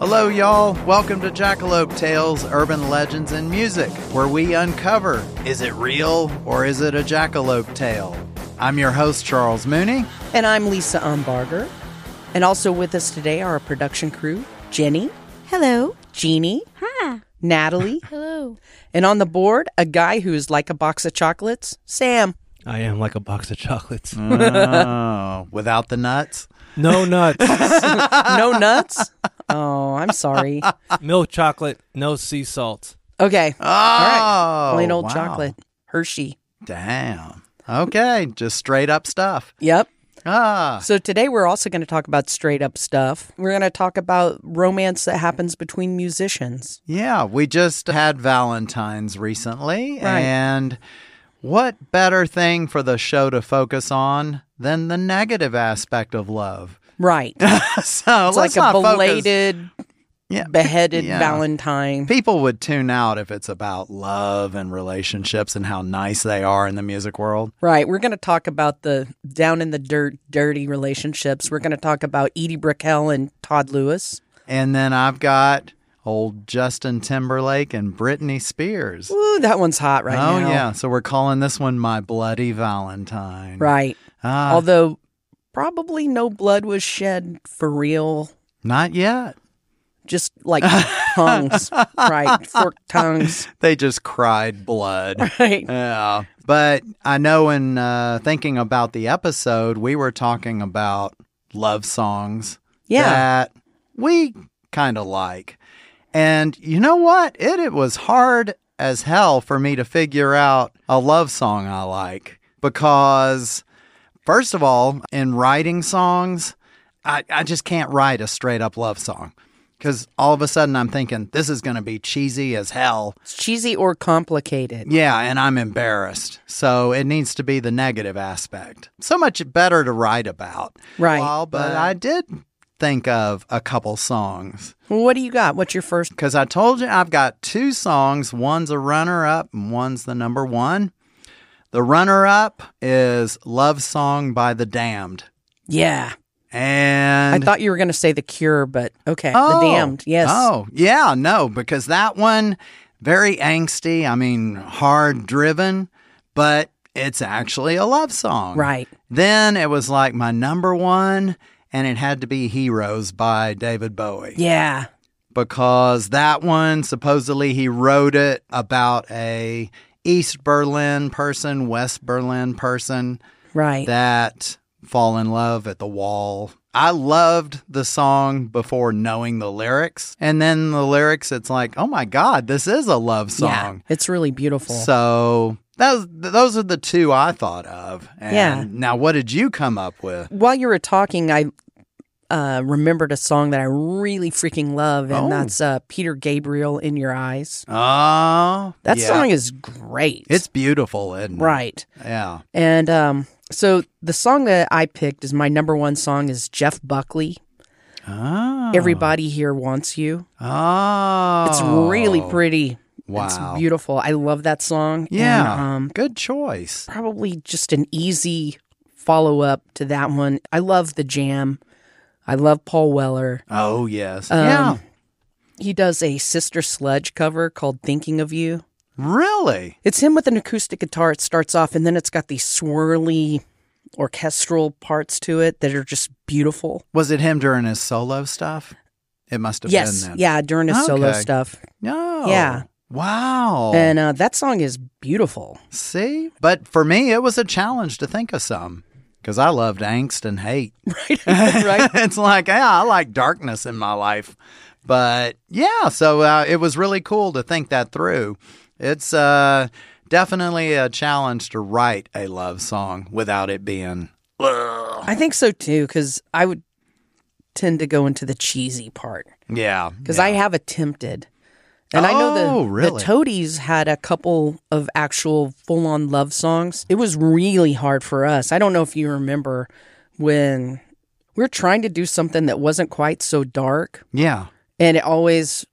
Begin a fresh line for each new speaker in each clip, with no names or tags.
Hello, y'all. Welcome to Jackalope Tales Urban Legends and Music, where we uncover is it real or is it a jackalope tale? I'm your host, Charles Mooney.
And I'm Lisa Umbarger. And also with us today are our production crew Jenny,
Hello.
Jeannie,
Hi.
Natalie,
Hello.
and on the board, a guy who is like a box of chocolates, Sam.
I am like a box of chocolates.
Oh, without the nuts?
No nuts,
No nuts? Oh, I'm sorry.
milk chocolate, no sea salt.
Okay.
Oh,
Plain old
wow.
chocolate. Hershey.
Damn. Okay, just straight up stuff.
Yep.
Ah,
So today we're also going to talk about straight up stuff. We're going to talk about romance that happens between musicians.
yeah. We just had Valentine's recently,
Right.
and what better thing for the show to focus on than the negative aspect of love?
Right.
so let's
It's like a
not focus-
belated,
Yeah,
beheaded
yeah.
Valentine.
People would tune out if it's about love and relationships and how nice they are in the music world.
Right. We're going to talk about the down in the dirt, dirty relationships. We're going to talk about Edie Brickell and Todd Lewis.
And then I've got old Justin Timberlake and Britney Spears.
Ooh, that one's hot right
oh
now.
yeah, so we're calling this one my bloody Valentine.
Right.
Ah,
Although probably no blood was shed for real.
not yet.
Just like tongues. Right. Forked tongues.
They just cried blood.
Right.
yeah. But I know in uh, thinking about the episode, we were talking about love songs.
Yeah.
that we kind of like. And you know what? It, it was hard as hell for me to figure out a love song I like because, first of all, in writing songs, I, I just can't write a straight up love song because all of a sudden I'm thinking, this is going to be cheesy as hell.
It's cheesy or complicated.
Yeah, and I'm embarrassed. So it needs to be the negative aspect. So much better to write about.
Right.
Well, but I did think of a couple songs
Well, what do you got? What's your first?
because I told you I've got two songs. One's a runner up and one's the number one. The runner up is Love Song by the Damned.
Yeah.
And
I thought you were going to say The Cure, but okay. the Damned. Yes.
Oh, yeah, no, because that one very angsty, I mean, hard driven, but it's actually a love song.
Right.
Then it was like my number one and it had to be Heroes by David Bowie
Yeah.
because that one supposedly he wrote it about a East Berlin person, West Berlin person
Right.
that fall in love at the wall. I loved the song before knowing the lyrics. And then the lyrics, it's like, oh my God, this is a love
yeah.
song.
It's really beautiful.
So those, those are the two I thought of. And
Yeah.
Now, what did you come up with?
while you were talking, I uh, remembered a song that I really freaking love, and
Oh.
that's uh, Peter Gabriel "In Your Eyes."
Oh,
That
yeah.
song is great.
It's beautiful, isn't it?
right,
Yeah.
and um, so the song that I picked is my number one song is Jeff Buckley.
Oh.
Everybody here wants you.
Oh.
It's really pretty.
Wow.
It's beautiful. I love that song. and,
Yeah.
um,
Good choice.
probably just an easy follow up to that one. I love the jam. I love Paul Weller.
Oh, yes.
Um,
yeah.
he does a Sister Sledge cover called Thinking of You.
Really?
It's him with an acoustic guitar. It starts off, and then it's got these swirly orchestral parts to it that are just beautiful.
Was it him during his solo stuff? It must have
yes.
been then.
Yeah. During his solo
Okay. Oh.
stuff.
No.
Yeah.
Wow.
And uh, that song is beautiful.
See? But for me, it was a challenge to think of some because I loved angst and hate.
Right. right.
it's like, yeah, I like darkness in my life. But yeah, so uh, it was really cool to think that through. It's uh, definitely a challenge to write a love song without it being.
I think so too, because I would tend to go into the cheesy part
Yeah.
because
yeah.
I have attempted. And I know the,
Oh,
the
really?
Toadies had a couple of actual full on love songs. It was really hard for us. I don't know if you remember when we were trying to do something that wasn't quite so dark
Yeah.
and it always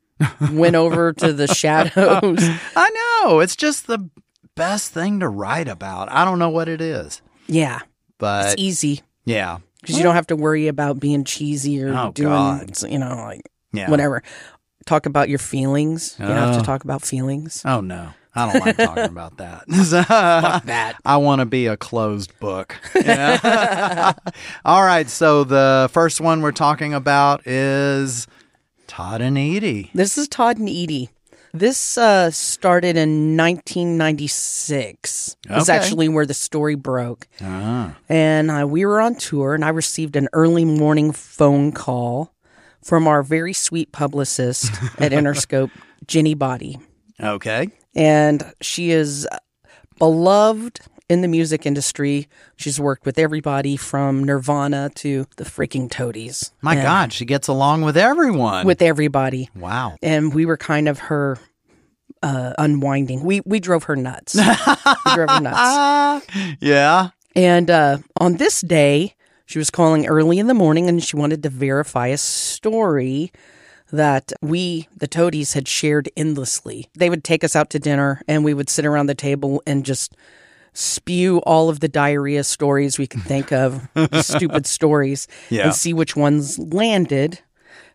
went over to the shadows.
I know. It's just the best thing to write about. I don't know what it is,
Yeah, it's e-
but
easy
yeah.
because you don't have to worry about being cheesy or
Oh,
doing,
God.
you know, like,
Yeah.
whatever. Talk about your feelings. You don't have
Oh.
to talk about feelings.
Oh no, I don't like talking about that. Fuck
that.
I want to be a closed book. Yeah. All right, so the first one we're talking about is Todd and Edie.
This is Todd and Edie. This uh, started in 1996. That's
Okay.
actually where the story broke.
Ah,
And uh, we were on tour, and I received an early morning phone call from our very sweet publicist at Interscope, Jenny Body.
okay.
And she is beloved in the music industry. She's worked with everybody from Nirvana to the freaking Toadies.
My
And
God, she gets along with everyone.
With everybody
wow.
and we were kind of her uh, unwinding. We we drove her nuts. we drove her nuts.
Ah, yeah.
And uh, on this day, she was calling early in the morning, and she wanted to verify a story that we the toadies had shared endlessly. They would take us out to dinner, and we would sit around the table and just spew all of the diarrhea stories we could think of, the stupid stories,
Yeah.
and see which ones landed.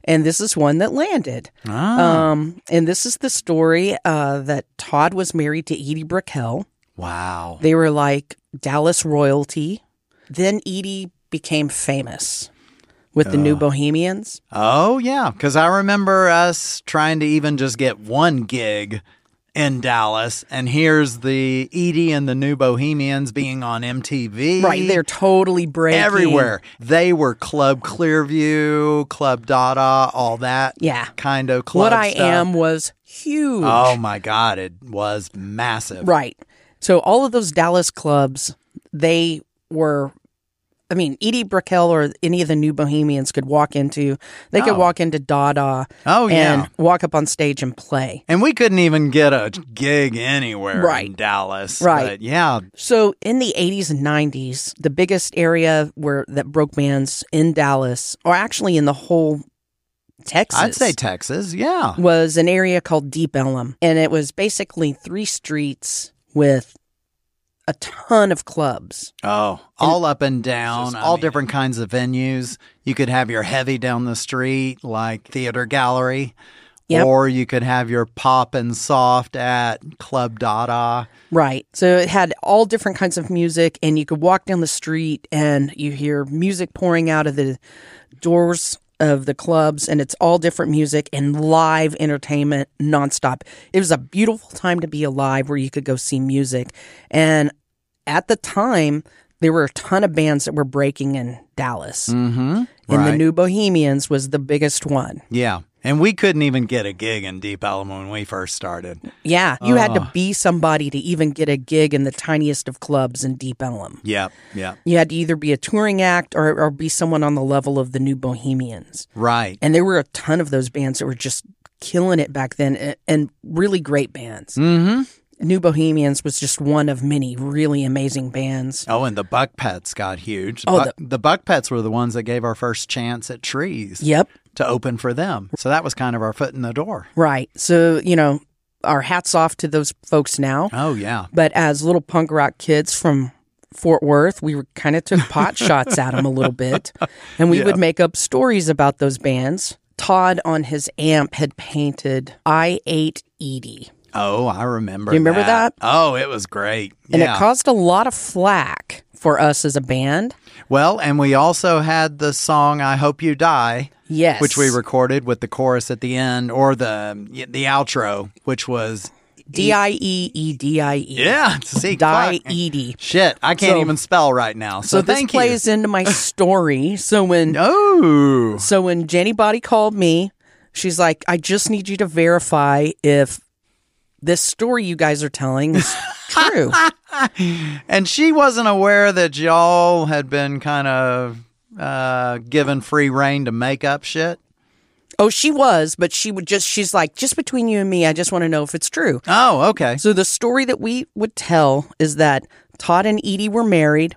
And this is one that landed.
Ah,
Um, and this is the story uh, that Todd was married to Edie Brickell.
wow.
They were like Dallas royalty. Then Edie became famous with the
Ah.
New Bohemians.
Oh, yeah. Because I remember us trying to even just get one gig in Dallas. And here's the Edie and the New Bohemians being on MTV.
Right, they're totally breaking
everywhere. They were Club Clearview, Club Dada, all that
Yeah,
kind of club
what I
stuff.
am was huge.
Oh, my God. It was massive.
Right. So all of those Dallas clubs, they were I mean, Edie Brickell or any of the new Bohemians could walk into. They could
Oh.
walk into Dada
Oh, yeah.
and walk up on stage and play.
And we couldn't even get a gig anywhere in
Right.
Dallas.
Right.
But yeah.
So in the 80s and 90s, the biggest area where that broke bands in Dallas, or actually in the whole Texas,
I'd say Texas. Yeah.
was an area called Deep Ellum, and it was basically three streets with a ton of clubs.
Oh, all up and down,
Just, I
all
mean-
different kinds of venues. You could have your heavy down the street, like theater gallery.
Yep.
Or you could have your pop and soft at Club Dada.
Right. So it had all different kinds of music, and you could walk down the street and you hear music pouring out of the doors of the clubs, and it's all different music and live entertainment nonstop. It was a beautiful time to be alive where you could go see music. And at the time, there were a ton of bands that were breaking in Dallas,
Mm-hmm.
and the New Bohemians was the biggest one.
Yeah. And we couldn't even get a gig in Deep Ellum when we first started.
Yeah, you had to be somebody to even get a gig in the tiniest of clubs in Deep Ellum.
Yep. Yep.
You had to either be a touring act or, or be someone on the level of the New Bohemians.
Right.
And there were a ton of those bands that were just killing it back then and, and really great bands.
Mm-hmm.
New Bohemians was just one of many really amazing bands.
Oh, and the Buck Pets got huge.
Oh,
Buck- the Buck Pets were the ones that gave our first chance at trees
Yep,
to open for them. So that was kind of our foot in the door.
right. So, you know, our hats off to those folks now.
Oh, yeah.
But as little punk rock kids from Fort Worth, we were kind of took pot shots at them a little bit, and we would make up stories about those bands. Todd on his amp had painted "I E ate Edie,"
Oh, I remember.
You remember
Oh, it was great.
and
yeah.
it caused a lot of flack for us as a band.
well, and we also had the song "I Hope You Die,"
Yes,
which we recorded with the chorus at the end or the the outro, which was
D I E E D I E.
yeah. See,
die
fuck.
Edie.
Shit, I can't
So-
even spell right now. So,
So this
thank you.
plays into my story. So when
No.
So when Jenny Body called me, she's like, I just need you to verify if this story you guys are telling is true.
And she wasn't aware that y'all had been kind of uh, given free reign to make up shit.
oh, she was, but she would just, she's like, just between you and me, I just want to know if it's true.
Oh, okay.
So the story that we would tell is that Todd and Edie were married.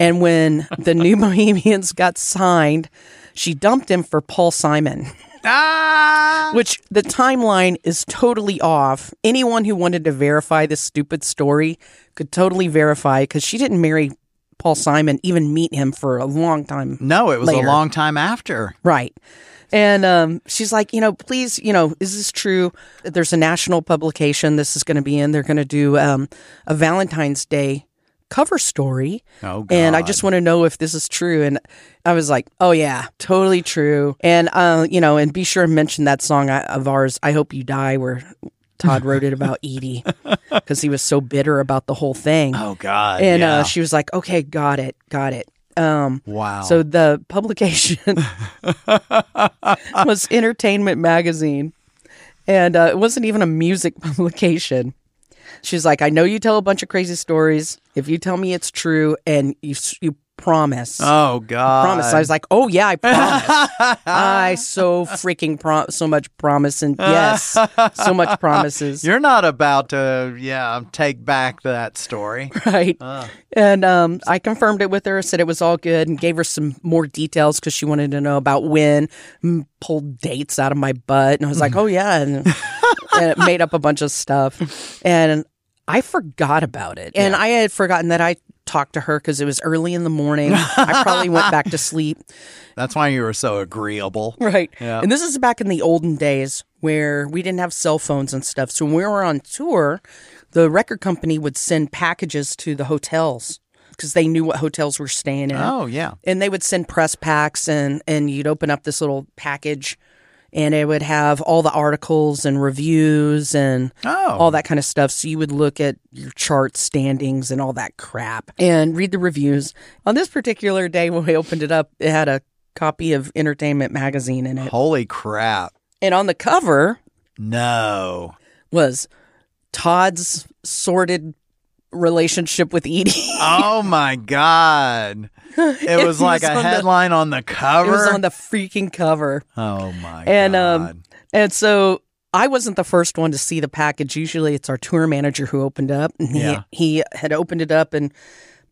and when the new Bohemians got signed, she dumped him for Paul Simon.
Ah,
which the timeline is totally off. Anyone who wanted to verify this stupid story could totally verify because she didn't marry Paul Simon, even meet him for a long time.
no, it was a
Later.
long time after.
Right. And um, she's like, you know, please, you know, is this true? There's a national publication. This is going to be in. They're going to do um, a Valentine's Day cover story.
Oh,
And I
God.
just want to know if this is true. And I was like, oh, yeah, totally true. And, uh, you know, and be sure and mention that song I- of ours, I Hope You Die, where Todd wrote it about Edie because he was so bitter about the whole thing.
Oh God.
and
yeah.
uh, she was like, okay, got it, got it. Um,
wow.
so the publication was Entertainment Magazine, and uh, it wasn't even a music publication. She's like, I know you tell a bunch of crazy stories. If you tell me it's true, and you s- you promise,
oh God.
promise, I was like, oh yeah, I promise. I so freaking prom- so much promise, and yes, so much promises.
You're not about to, yeah, take back that story.
right? And um, I confirmed it with her, said it was all good, and gave her some more details because she wanted to know about when. mm, Pulled dates out of my butt, and I was like, "Oh yeah," and, and it made up a bunch of stuff, and I forgot about it, and I had forgotten that I talked to her because it was early in the morning. I probably went back to sleep,
That's why you were so agreeable.
right?
Yeah.
And this is back in the olden days where we didn't have cell phones and stuff, so when we were on tour. The record company would send packages to the hotels because they knew what hotels were staying in
Oh yeah.
and they would send press packs and and you'd open up this little package and it would have all the articles and reviews and
Oh.
all that kind of stuff so you would look at your chart standings and all that crap and read the reviews on this particular day when we opened it up it had a copy of entertainment magazine in it
Holy crap.
and on the cover
No.
was todd's sordid relationship with edie
Oh my God. It was like
was on
a
the-
headline on the
it
cover.
was on the freaking cover
oh my
And,
God.
um, And so I wasn't the first one to see the package. Usually it's our tour manager who opened up and he,
Yeah.
he had opened it up and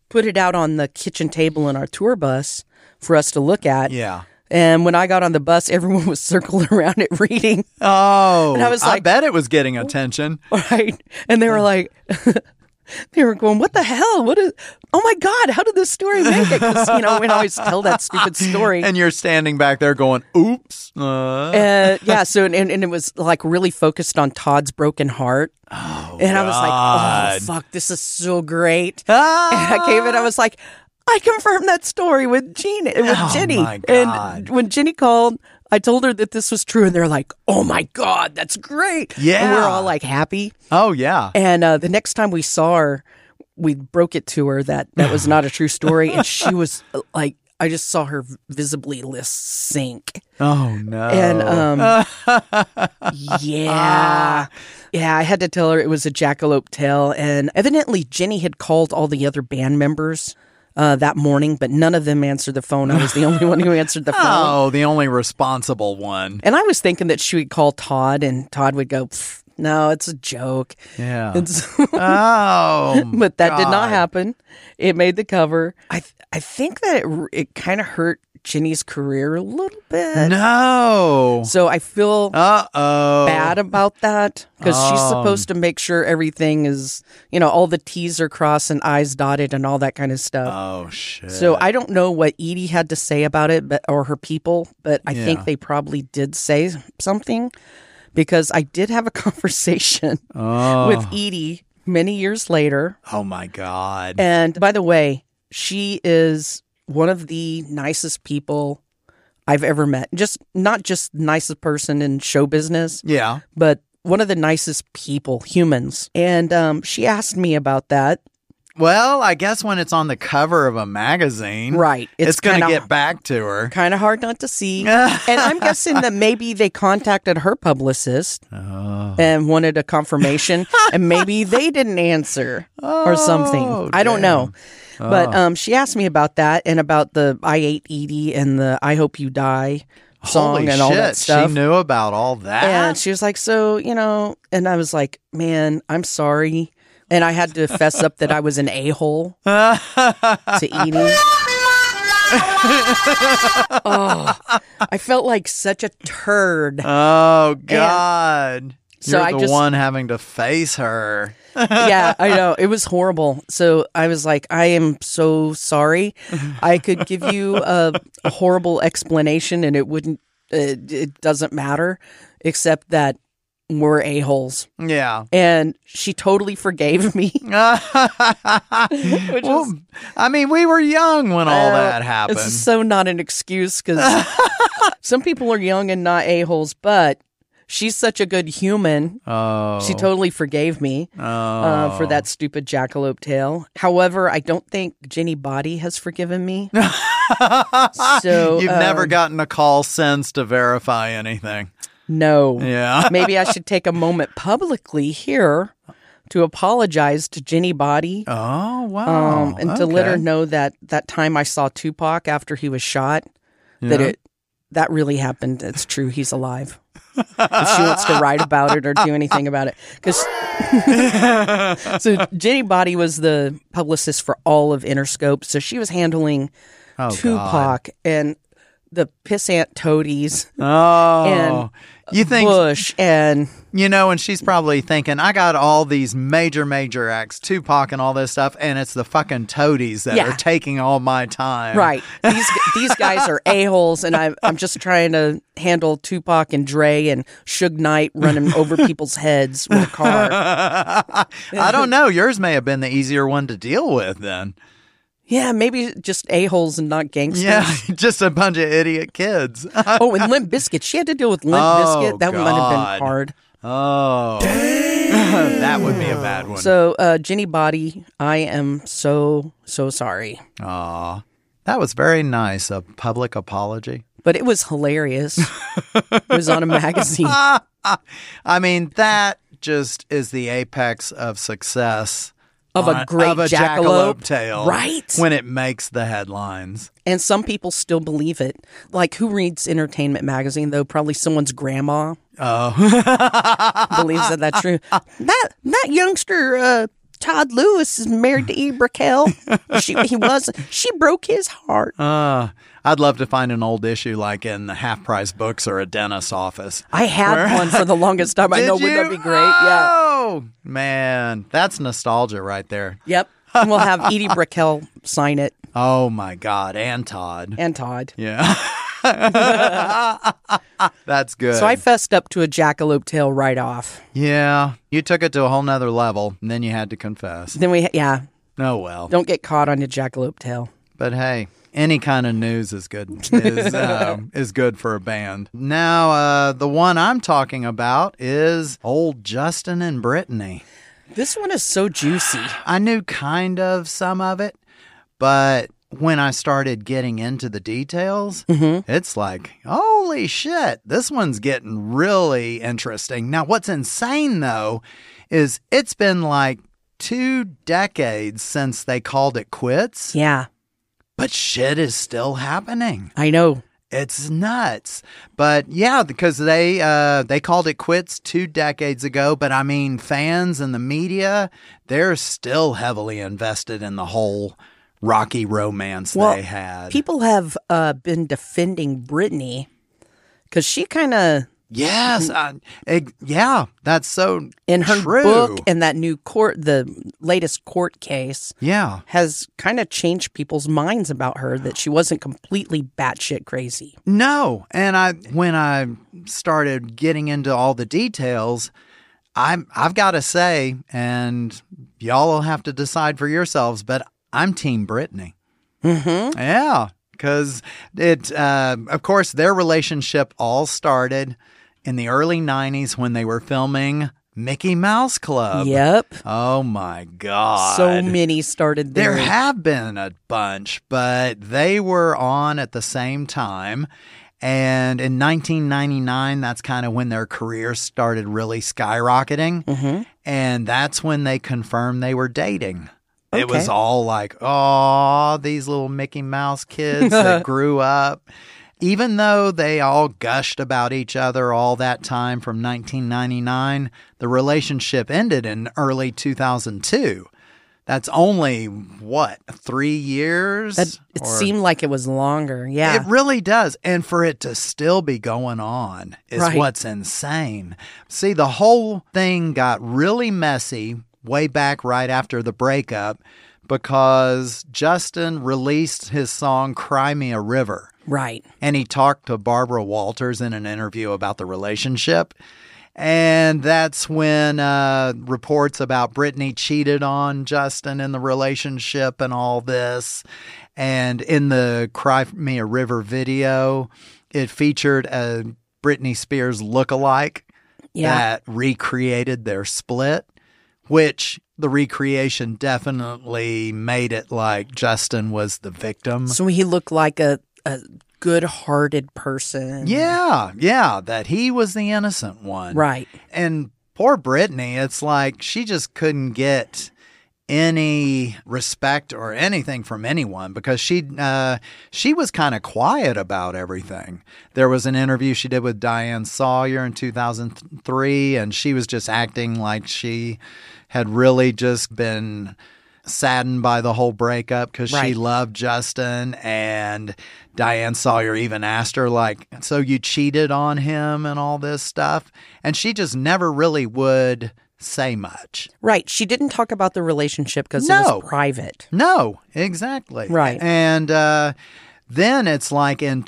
put it out on the kitchen table in our tour bus for us to look at.
yeah.
And when I got on the bus, everyone was circling around it reading,
Oh,
And I was like-
bet it was getting attention.
right? And they were like, they were going, what the hell? What is, oh my God, how did this story make it? 'Cause, you know, we always tell that stupid story.
And you're standing back there going, oops. Uh,
uh, yeah. So and, and it was like really focused on Todd's broken heart. Oh, and I was
God.
like, oh fuck, this is so great.
ah!
And I came in, I was like, I confirmed that story with Jean uh, with
Oh,
Jenny.
my God.
And when Jenny called, I told her that this was true, and they're like, "Oh my god, that's great!" and we're
Yeah.
all like happy.
oh, yeah.
And uh, the next time we saw her, we broke it to her that that was not a true story, and she was uh, like, I just saw her visibly list sink.
Oh, Ah. no.
And um, yeah, yeah, I had to tell her it was a jackalope tale, and evidently Jenny had called all the other band members uh, that morning, but none of them answered the phone. I was the only one who answered the phone.
oh, the only responsible one.
And I was thinking that she would call Todd, and Todd would go, "Pff, "No, it's a joke."
Yeah.
And so,
oh,
but that did
God.
not happen. It made the cover. I th- I think that it r- it kind of hurt Jenny's career a little bit.
No.
So I feel
Uh oh.
bad about that because she's
Um.
supposed to make sure everything is, you know, all the T's are crossed and I's dotted and all that kind of stuff.
Oh, shit.
so I don't know what Edie had to say about it, but or her people, but I
Yeah.
think they probably did say something because I did have a conversation
oh.
with Edie many years later.
oh, my God.
And by the way, she is one of the nicest people I've ever met. Just not just nicest person in show business,
yeah.
but one of the nicest people, humans. And um, she asked me about that.
Well, I guess when it's on the cover of a magazine,
Right.
it's, going to
kinda-
get back to her.
Kind of hard not to see. and I'm guessing that maybe they contacted her publicist
Oh.
and wanted a confirmation, and maybe they didn't answer or something.
Oh,
I don't know. But
Oh.
um, she asked me about that and about the I Hate Edie and the I Hope You Die song
Holy
and
shit,
all that stuff.
She knew about all that.
And she was like, So, you know, and I was like, Man, I'm sorry. And I had to fess up that I was an a hole to E Edie. oh, I felt like such a turd.
oh God.
So
You're
I
the
just-
one having to face her.
yeah, I know. It was horrible. So I was like, I am so sorry. I could give you a, a horrible explanation and it wouldn't it, it doesn't matter, except that we're a holes.
Yeah.
And she totally forgave me. Which
well,
is-
I mean, we were young when all
Uh,
that happened.
It's so not an excuse because some people are young and not a-holes, but she's such a good human.
oh,
She totally forgave me
oh.
uh, for that stupid jackalope tail. However, I don't think Jenny Body has forgiven me. So,
You've never
um,
gotten a call since to verify anything.
No.
Yeah.
Maybe I should take a moment publicly here to apologize to Jenny Body
Oh wow!
um, and to let her
Okay.
know that that time I saw Tupac after he was shot, that
Yeah.
it that really happened. It's true. He's alive. if she wants to write about it or do anything about it, because so Jenny Body was the publicist for all of Interscope, so she was handling
Oh, God.
Tupac and the pissant toadies,
Oh, you think
Bush, and
you know? And she's probably thinking, I got all these major, major acts, Tupac, and all this stuff, and it's the fucking toadies that
Yeah.
are taking all my time.
Right. These these guys are a holes, and I'm I'm just trying to handle Tupac and Dre and Suge Knight running over people's heads with a car.
I don't know. Yours may have been the easier one to deal with then.
Yeah, maybe just a holes and not gangsters.
Yeah, just a bunch of idiot kids.
Oh, and Limp Biscuit. She had to deal with Limp
Oh,
Biscuit. That might have
God.
been hard.
oh, that would be a bad one.
So, uh, Jenny Body, I am so so sorry,
Aw, that was very nice. A public apology.
but it was hilarious. it was on a magazine.
I mean, that just is the apex of success
Of a
on-
great
of a
jackalope.
tale,
Right.
When it makes the headlines.
And some people still believe it. Like, who reads Entertainment Magazine, though? Probably someone's grandma
Oh.
believes that that's true. That that youngster, uh, Todd Lewis, is married to Ibra Kell. She, he was. She broke his heart.
Uh, I'd love to find an old issue like in the half price books or a dentist's office.
I had one for the longest time. I
Did
know. Wouldn't that
you?
be great? Yeah.
Oh, man. That's nostalgia right there.
Yep. And we'll have Edie Brickell sign it
Oh, my God. And Todd.
and Todd.
yeah. That's good.
So I fessed up to a jackalope tail right off.
yeah. You took it to a whole nother level, and then you had to confess.
Then we, yeah,
Oh, well.
don't get caught on a jackalope tail.
But hey, any kind of news is good is, uh, is good for a band. Now, uh, the one I'm talking about is old Justin and Brittany.
This one is so juicy.
I knew kind of some of it, but when I started getting into the details, it's like, holy shit, this one's getting really interesting. Now, what's insane though is it's been like two decades since they called it quits,
Yeah,
but shit is still happening.
I know.
It's nuts. But yeah, because they uh, they called it quits two decades ago. But I mean, fans and the media, they're still heavily invested in the whole rocky romance
Well,
they had.
People have uh, been defending Britney because she kind of
yes. I, it- yeah, that's so
in her
true.
book and that new court, the latest court case,
yeah.
has kind of changed people's minds about her that she wasn't completely batshit crazy.
No, and I when I started getting into all the details, I'm I've got to say, and y'all will have to decide for yourselves, but I'm Team Brittany. Mm-hmm. Yeah, because it, uh, of course, their relationship all started in the early '90s when they were filming Mickey Mouse Club.
Yep.
Oh my God!
So many started there.
There have been a bunch, but they were on at the same time. And in 1999, that's kind of when their career started really skyrocketing. And that's when they confirmed they were dating. It was
Okay.
all like, oh, these little Mickey Mouse kids that grew up. Even though they all gushed about each other all that time from 1999, the relationship ended in early 2002. That's only what three years.
That, it
Or-
seemed like it was longer. Yeah.
It really does, and for it to still be going on is
Right.
what's insane. See, the whole thing got really messy way back right after the breakup because Justin released his song "Cry Me a River."
Right.
and he talked to Barbara Walters in an interview about the relationship. And that's when uh, reports about Brittany cheated on Justin in the relationship and all this. And in the Crimea River video, it featured a Britney Spears lookalike
Yeah.
that recreated their split, which the recreation definitely made it like Justin was the victim.
so he looked like a, a good hearted person.
Yeah, yeah, that he was the innocent one.
Right.
And poor Brittany, it's like she just couldn't get any respect or anything from anyone because she uh, she was kind of quiet about everything. There was an interview she did with Diane Sawyer in 2003, and she was just acting like she had really just been saddened by the whole breakup because she
Right.
loved Justin and Diane Sawyer even asked her like so you cheated on him and all this stuff and she just never really would say much.
Right. She didn't talk about the relationship because it
No.
was private.
No, exactly.
Right.
And uh, then it's like in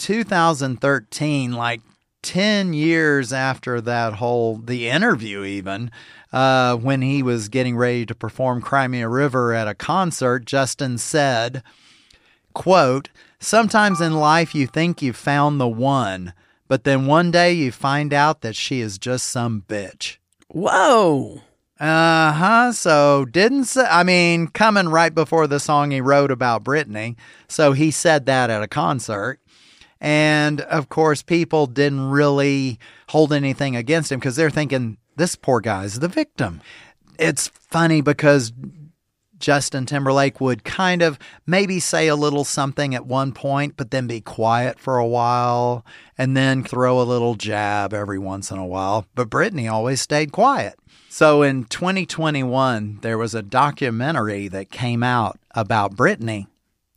2013, like 10 years after that whole, the interview even, uh, when he was getting ready to perform Crimea River at a concert, Justin said, quote, sometimes in life you think you've found the one, but then one day you find out that she is just some bitch.
Whoa.
Uh huh. So didn't say, I mean, coming right before the song he wrote about Britney. So he said that at a concert. And of course, people didn't really hold anything against him because they're thinking this poor guy's the victim. It's funny because Justin Timberlake would kind of maybe say a little something at one point, but then be quiet for a while and then throw a little jab every once in a while. But Britney always stayed quiet. So in 2021, there was a documentary that came out about Britney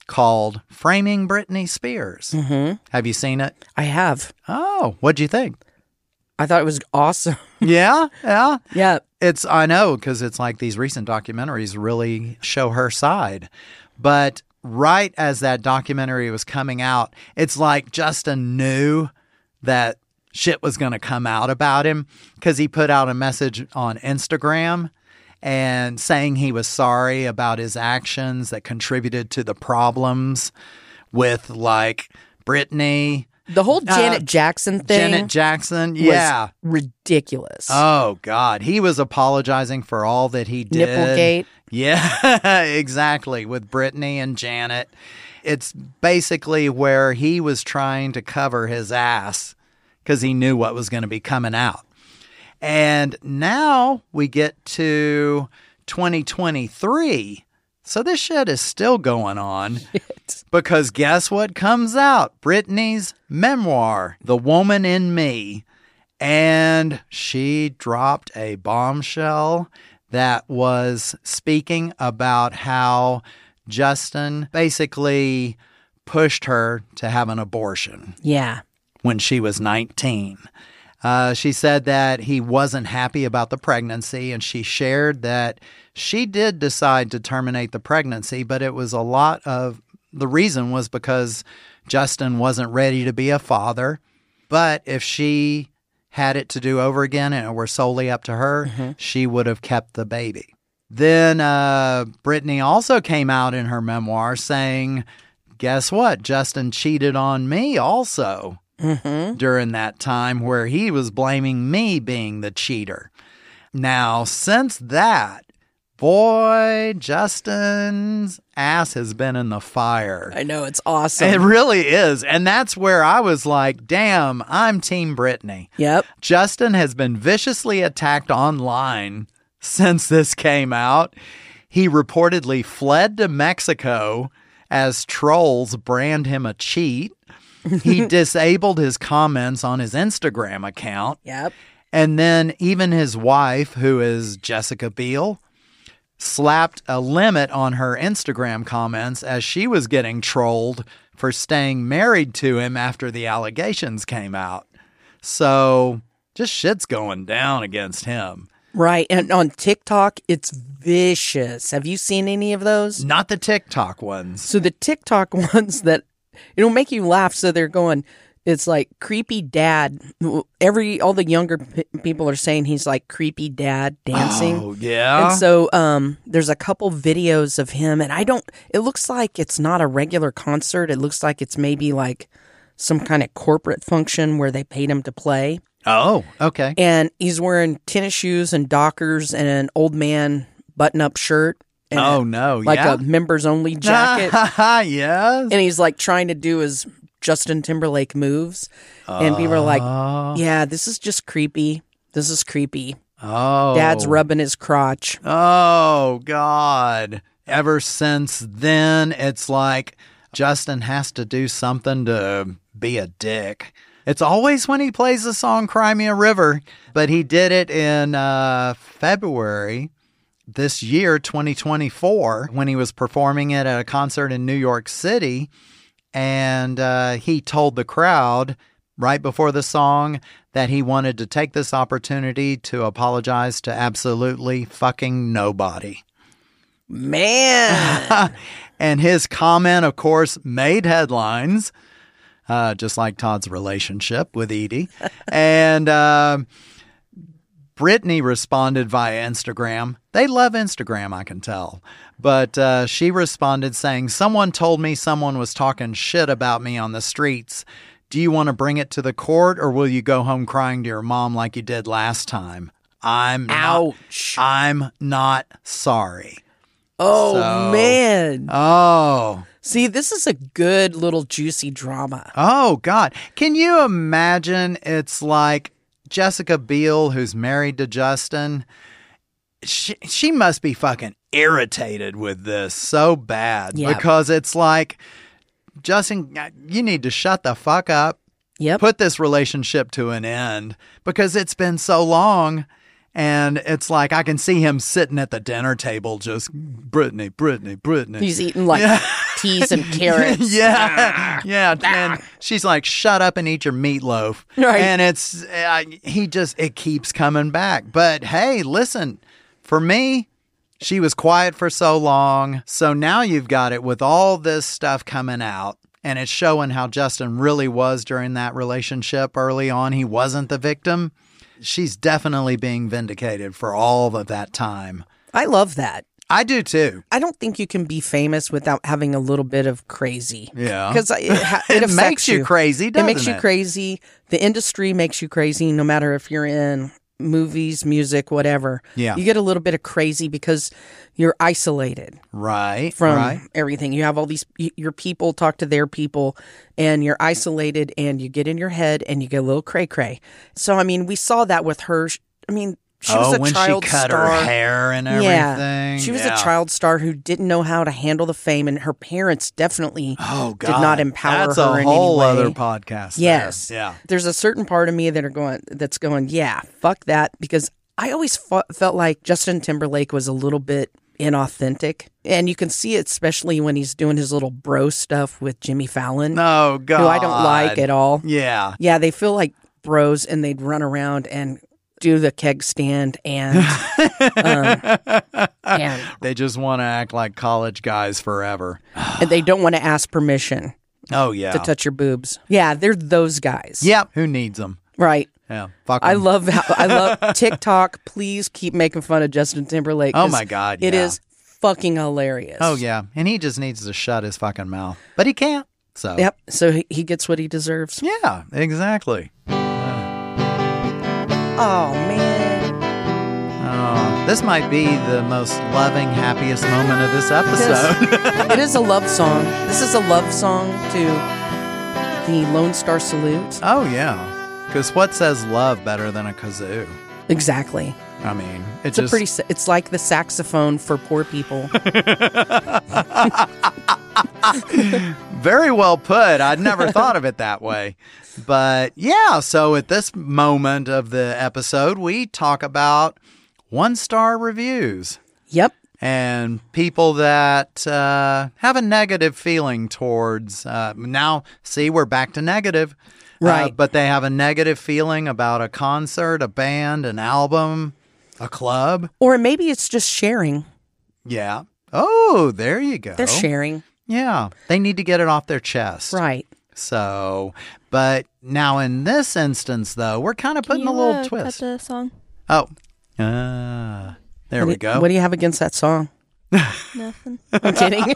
called Framing Britney Spears.
Mhm.
Have you seen it?
I have.
Oh, what'd you think?
I thought it was awesome.
yeah, yeah.
yeah.
It's I know because it's like these recent documentaries really show her side, but right as that documentary was coming out, it's like Justin knew that shit was going to come out about him because he put out a message on Instagram and saying he was sorry about his actions that contributed to the problems with like Britney,
The whole Janet Jackson thing
Uh, Janet Jackson.
was
Yeah.
ridiculous.
Oh God, he was apologizing for all that he did.
Nipplegate.
Yeah, exactly. With Brittany and Janet, it's basically where he was trying to cover his ass because he knew what was going to be coming out. And now we get to 2023. So this shit is still going on. Because guess what comes out? Britney's memoir, The Woman in Me. And she dropped a bombshell that was speaking about how Justin basically pushed her to have an abortion
Yeah.
when she was 19. Uh, she said that he wasn't happy about the pregnancy, and she shared that she did decide to terminate the pregnancy, but it was a lot of the reason was because Justin wasn't ready to be a father. But if she had it to do over again and it were solely up to her, she would have kept the baby. Then uh, Brittany also came out in her memoir saying, Guess what? Justin cheated on me also
hmm
during that time where he was blaming me being the cheater. Now, since that, boy, Justin's ass has been in the fire.
I know. It's
It
awesome.
really is. And that's where I was like, damn, I'm Team Brittany.
yep.
Justin has been viciously attacked online since this came out. He reportedly fled to Mexico as trolls brand him a cheat. He disabled his comments on his Instagram account.
Yep.
And then even his wife, who is Jessica Biel, slapped a limit on her Instagram comments as she was getting trolled for staying married to him after the allegations came out. So just shit's going down against him.
Right. And on TikTok, it's vicious. Have you seen any of those?
Not the TikTok ones.
So the TikTok ones that it'll make you laugh. So they're going, it's like creepy dad. Every all the younger p- people are saying he's like creepy dad dancing.
Oh, yeah.
And so um, there's a couple videos of him, and I don't. It looks like it's not a regular concert. It looks like it's maybe like some kind of corporate function where they paid him to play.
oh, okay.
And he's wearing tennis shoes and Dockers and an old man button up shirt. And
oh, no.
Like
yeah.
a members only jacket.
yes.
and he's like trying to do his Justin Timberlake moves. And people are like,
oh.
yeah, this is just creepy. This is creepy.
Oh.
Dad's rubbing his crotch.
Oh, God. Ever since then, it's like Justin has to do something to be a dick. It's always when he plays the song Cry Me a River, but he did it in uh, February this year, 2024, when he was performing it at a concert in New York City. And uh, he told the crowd right before the song that he wanted to take this opportunity to apologize to absolutely fucking nobody.
Man.
And his comment, of course, made headlines, uh, just like Todd's relationship with Edie. and um Brittany responded via Instagram. They love Instagram, I can tell. But uh, she responded saying, Someone told me someone was talking shit about me on the streets. Do you want to bring it to the court or will you go home crying to your mom like you did last time? I'm not,
Ouch.
I'm not sorry.
Oh
So-
man.
Oh.
See, this is a good little juicy drama.
Oh God! Can you imagine? It's like Jessica Biel, who's married to Justin. She she must be fucking irritated with this so bad
Yeah.
because it's like Justin, uh, you need to shut the fuck up,
Yep.
put this relationship to an end because it's been so long. And it's like I can see him sitting at the dinner table, just Brittany, Brittany, Brittany.
He's eating like peas and carrots.
yeah, yeah. And she's like, "Shut up and eat your meatloaf."
Right.
And it's uh, he just it keeps coming back. But hey, listen, for me, she was quiet for so long, so now you've got it with all this stuff coming out. And it's showing how Justin really was during that relationship early on. He wasn't the victim. She's definitely being vindicated for all of that time.
I love that.
I do too.
I don't think you can be famous without having a little bit of crazy.
Yeah.
Because it, ha- it,
It,
affects
makes you, crazy,
It
doesn't it?
makes you crazy. The industry makes you crazy, no matter if you're in movies, music, whatever.
Yeah.
You get a little bit of crazy because you're isolated.
Right.
from
right.
everything. You have all these y- your people talk to their people, and you're isolated, and you get in your head, and you get a little cray cray. So I mean, we saw that with her. Sh- I mean, she
oh,
was a
when
child
she cut
star.
her hair and everything.
yeah, she was
Yeah.
a child star who didn't know how to handle the fame, and her parents definitely
Oh God,
did not empower
That's
her
a
in
whole
any way.
other podcast. there.
Yes.
Yeah.
There's a certain part of me that are going that's going, yeah, fuck that, because I always fu- felt like Justin Timberlake was a little bit inauthentic, and you can see it especially when he's doing his little bro stuff with Jimmy Fallon,
No God.
who I don't like at all.
Yeah.
Yeah, they feel like bros, and they'd run around and do the keg stand and um, and,
They just want to act like college guys forever.
and they don't want to ask permission
Oh yeah.
to touch your boobs. Yeah, they're those guys.
yep. Who needs them?
right.
Yeah. Fuck.
I
'em.
love how I love TikTok. Please keep making fun of Justin Timberlake.
Oh
'cause
my God.
it
yeah.
is fucking hilarious.
Oh yeah. And he just needs to shut his fucking mouth, but he can't. So.
Yep. So he, he gets what he deserves.
Yeah. Exactly.
Oh man.
Oh, this might be the most loving, happiest moment of this episode.
it is a love song. This is a love song to the Lone Star Salute.
oh yeah. Because what says love better than a kazoo?
Exactly.
I mean, it
It's
just
a pretty. sa- It's like the saxophone for poor people.
very well put. I'd never thought of it that way. But yeah, so at this moment of the episode, we talk about one star reviews
yep.
and people that uh, have a negative feeling towards. Uh, now, see, we're back to negative. Uh,
Right.
but they have a negative feeling about a concert, a band, an album, a club.
Or maybe it's just sharing.
Yeah. Oh, there you go.
They're sharing.
Yeah. They need to get it off their chest.
Right.
So, but now in this instance, though, we're kind of
Can
putting
you,
a little
uh, cut
twist.
the song?
Oh, ah, there
What
we
do-
go.
What do you have against that song?
Nothing.
I'm kidding.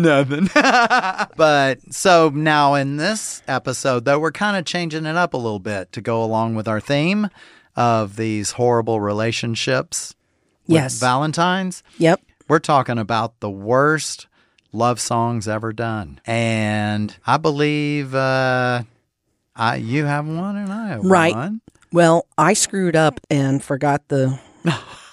Nothing. but so now in this episode, though, we're kind of changing it up a little bit to go along with our theme of these horrible relationships. with
yes.
Valentine's.
yep.
We're talking about the worst love songs ever done. And I believe uh, I you have one and I have
Right.
one.
Well, I screwed up and forgot the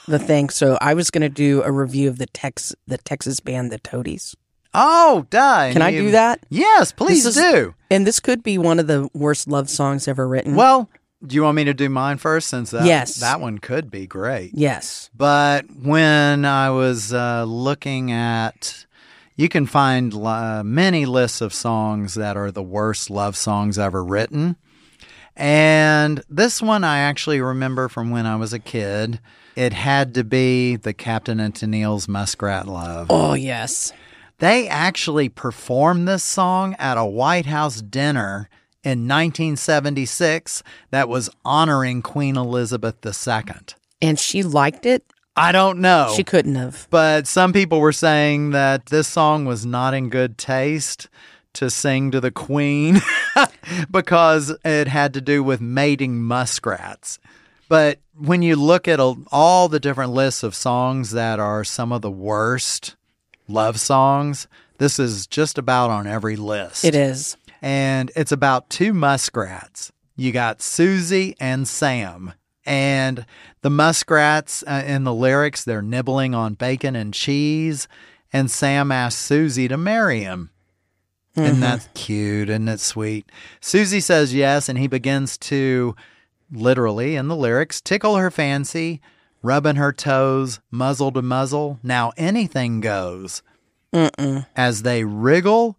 the thing, so I was going to do a review of the Tex the Texas band the Toadies.
Oh, die.
Can I do that?
Yes, please
is-
do.
And this could be one of the worst love songs ever written.
Well, do you want me to do mine first since that,
Mm-hmm. Yes.
that one could be great?
yes.
But when I was uh, looking at, you can find uh, many lists of songs that are the worst love songs ever written. And this one I actually remember from when I was a kid. It had to be the Captain and Tennille's Muskrat Love.
Oh, yes.
They actually performed this song at a White House dinner in 1976 that was honoring Queen Elizabeth II.
And she liked it.
I don't know.
She couldn't have.
But some people were saying that this song was not in good taste to sing to the queen because it had to do with mating muskrats. But when you look at a, all the different lists of songs that are some of the worst love songs, this is just about on every list.
It is.
And it's about two muskrats. You got Susie and Sam. And the muskrats uh, in the lyrics, they're nibbling on bacon and cheese. And Sam asks Susie to marry him. And that's cute and it's sweet. Susie says yes, and he begins to literally in the lyrics tickle her fancy, rubbing her toes, muzzle to muzzle. Now anything goes. As they wriggle,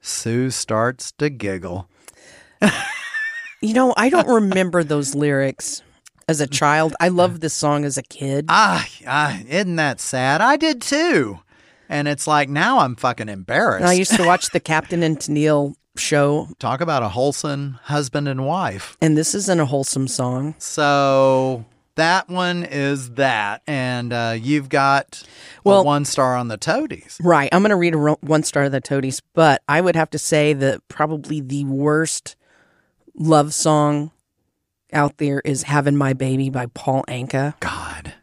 Sue starts to giggle.
You know, I don't remember those lyrics as a child. I loved this song as a kid.
Ah, ah, isn't that sad? I did too. And it's like now I'm fucking embarrassed.
And I used to watch the Captain and Tennille show,
Talk about a wholesome husband and wife.
and this isn't a wholesome song.
So that one is that, and uh, you've got
Well-
a one star on the toadies.
Right. I'm going to read a ro- one star of the Toadies, but I would have to say that probably the worst love song out there is Having My Baby by Paul Anka.
God,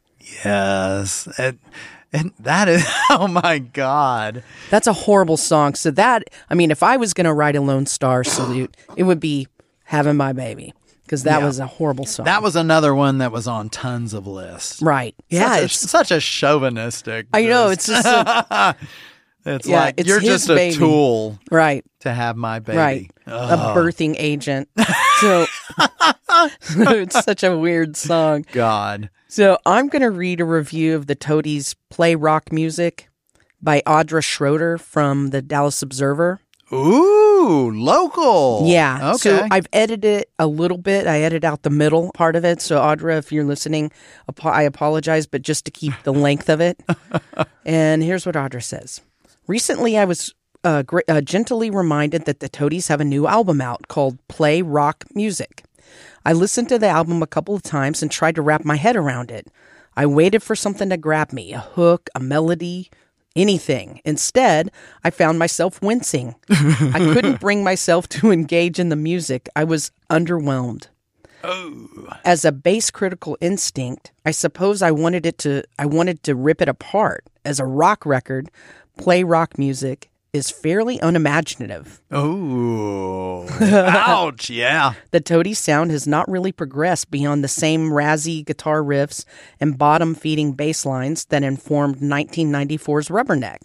yes, it, it, that is. Oh my God,
That's a horrible song. So, that, I mean, if I was going to write a Lone Star salute, it would be Having My Baby because that was a horrible song.
that was another one that was on tons of lists.
right. Yeah.
such a,
it's,
such a chauvinistic.
I know.
just-
It's just a,
it's
yeah,
like
it's
you're
his
just a
baby.
tool
right.
to have my baby.
Right. Uh-huh. A birthing agent. So, it's such a weird song.
Oh, God,
So I'm going to read a review of the Toadies Play Rock Music by Audra Schroeder from the Dallas Observer.
ooh, local.
Yeah.
Okay.
So I've edited it a little bit. I edited out the middle part of it. So Audra, if you're listening, apo- I apologize, but just to keep the length of it. and here's what Audra says. Recently, I was uh, gr- uh, gently reminded that the Toadies have a new album out called Play Rock Music. I listened to the album a couple of times and tried to wrap my head around it. I waited for something to grab me a hook, a melody, anything. Instead, I found myself wincing. I couldn't bring myself to engage in the music, I was underwhelmed. As a base critical instinct, I suppose I wanted it to I wanted to rip it apart. As a rock record, play rock music is fairly unimaginative.
Ooh. Ouch. Yeah.
The Toady sound has not really progressed beyond the same razzy guitar riffs and bottom feeding bass lines that informed 1994's Rubberneck.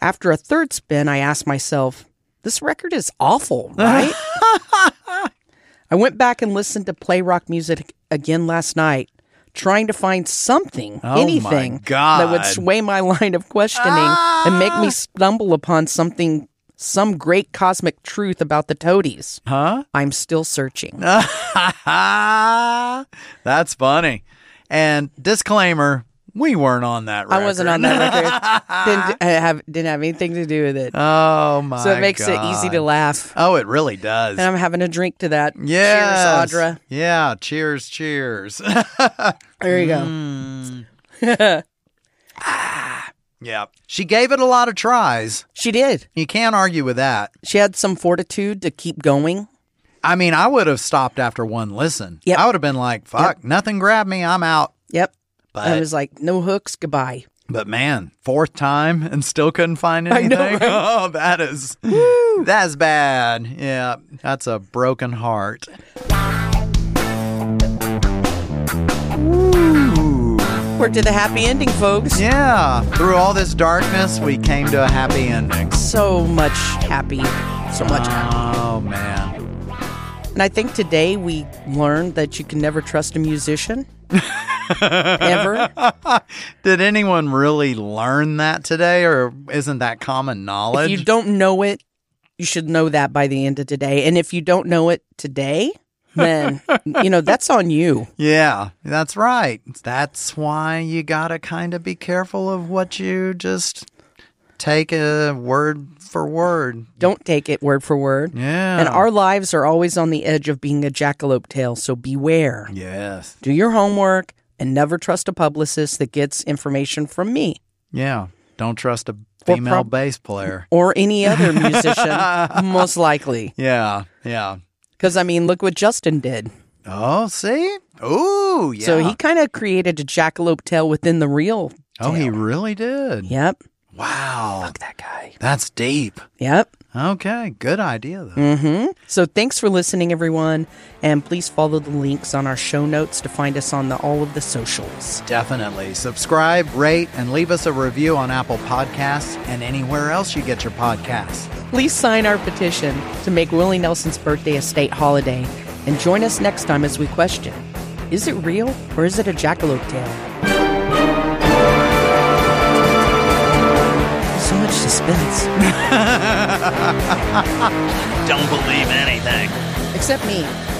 After a third spin, I asked myself, this record is awful, right? I went back and listened to play rock music again last night, trying to find something,
Oh my
anything that
God. Ah.
would sway my line of questioning and make me stumble upon something, some great cosmic truth about the Toadies.
Huh?
I'm still searching.
That's funny. And disclaimer We weren't on that record.
I wasn't on that record. didn't I have didn't have anything to do with it.
Oh my!
so it makes it easy
God.
to laugh.
Oh, it really does.
And I'm having a drink to that.
Yes.
Cheers, Audra.
Yeah. Cheers. Cheers.
There you go.
Mm. yeah. She gave it a lot of tries.
She did.
You can't argue with that.
She had some fortitude to keep going.
I mean, I would have stopped after one listen.
Yep.
I would have been like, "Fuck, nothing grabbed me. I'm out."
Yep. I
But
was like, no hooks, goodbye.
but man, fourth time and still couldn't find anything. Oh, that is that's bad. Yeah, that's a broken heart. Ooh.
We're to the happy ending, folks.
Yeah, through all this darkness, we came to a happy ending.
So much happy. So much happy.
Oh man.
And I think today we learned that you can never trust a musician. Ever.
Did anyone really learn that today, or isn't that common
If
knowledge?
you don't know it, you should know that by the end of today. And if you don't know it today, then, you know, that's on you.
Yeah, that's right. That's why you gotta kind of be careful of what you just take a word for word.
Don't take it word for word.
Yeah.
And our lives are always on the edge of being a jackalope tale, so beware.
yes.
Do your homework and never trust a publicist that gets information from me
Yeah. Don't trust a female
prob-
bass player.
or any other musician, most likely.
Yeah. Yeah.
Because, I mean, look what Justin did.
Oh, see? Ooh, yeah.
So he kind of created a jackalope tale within the real.
oh, he really did.
Yep.
Wow.
That guy.
That's deep.
Yep.
Okay. Good idea,
Mm.
though.
So thanks for listening, everyone. And please follow the links on our show notes to find us on the, all of the socials.
Definitely. Subscribe, rate, and leave us a review on Apple Podcasts and anywhere else you get your podcasts.
Please sign our petition to make Willie Nelson's birthday a state holiday. And join us next time as we question is it real or is it a jackalope tale? So much suspense.
Don't believe anything.
Except me.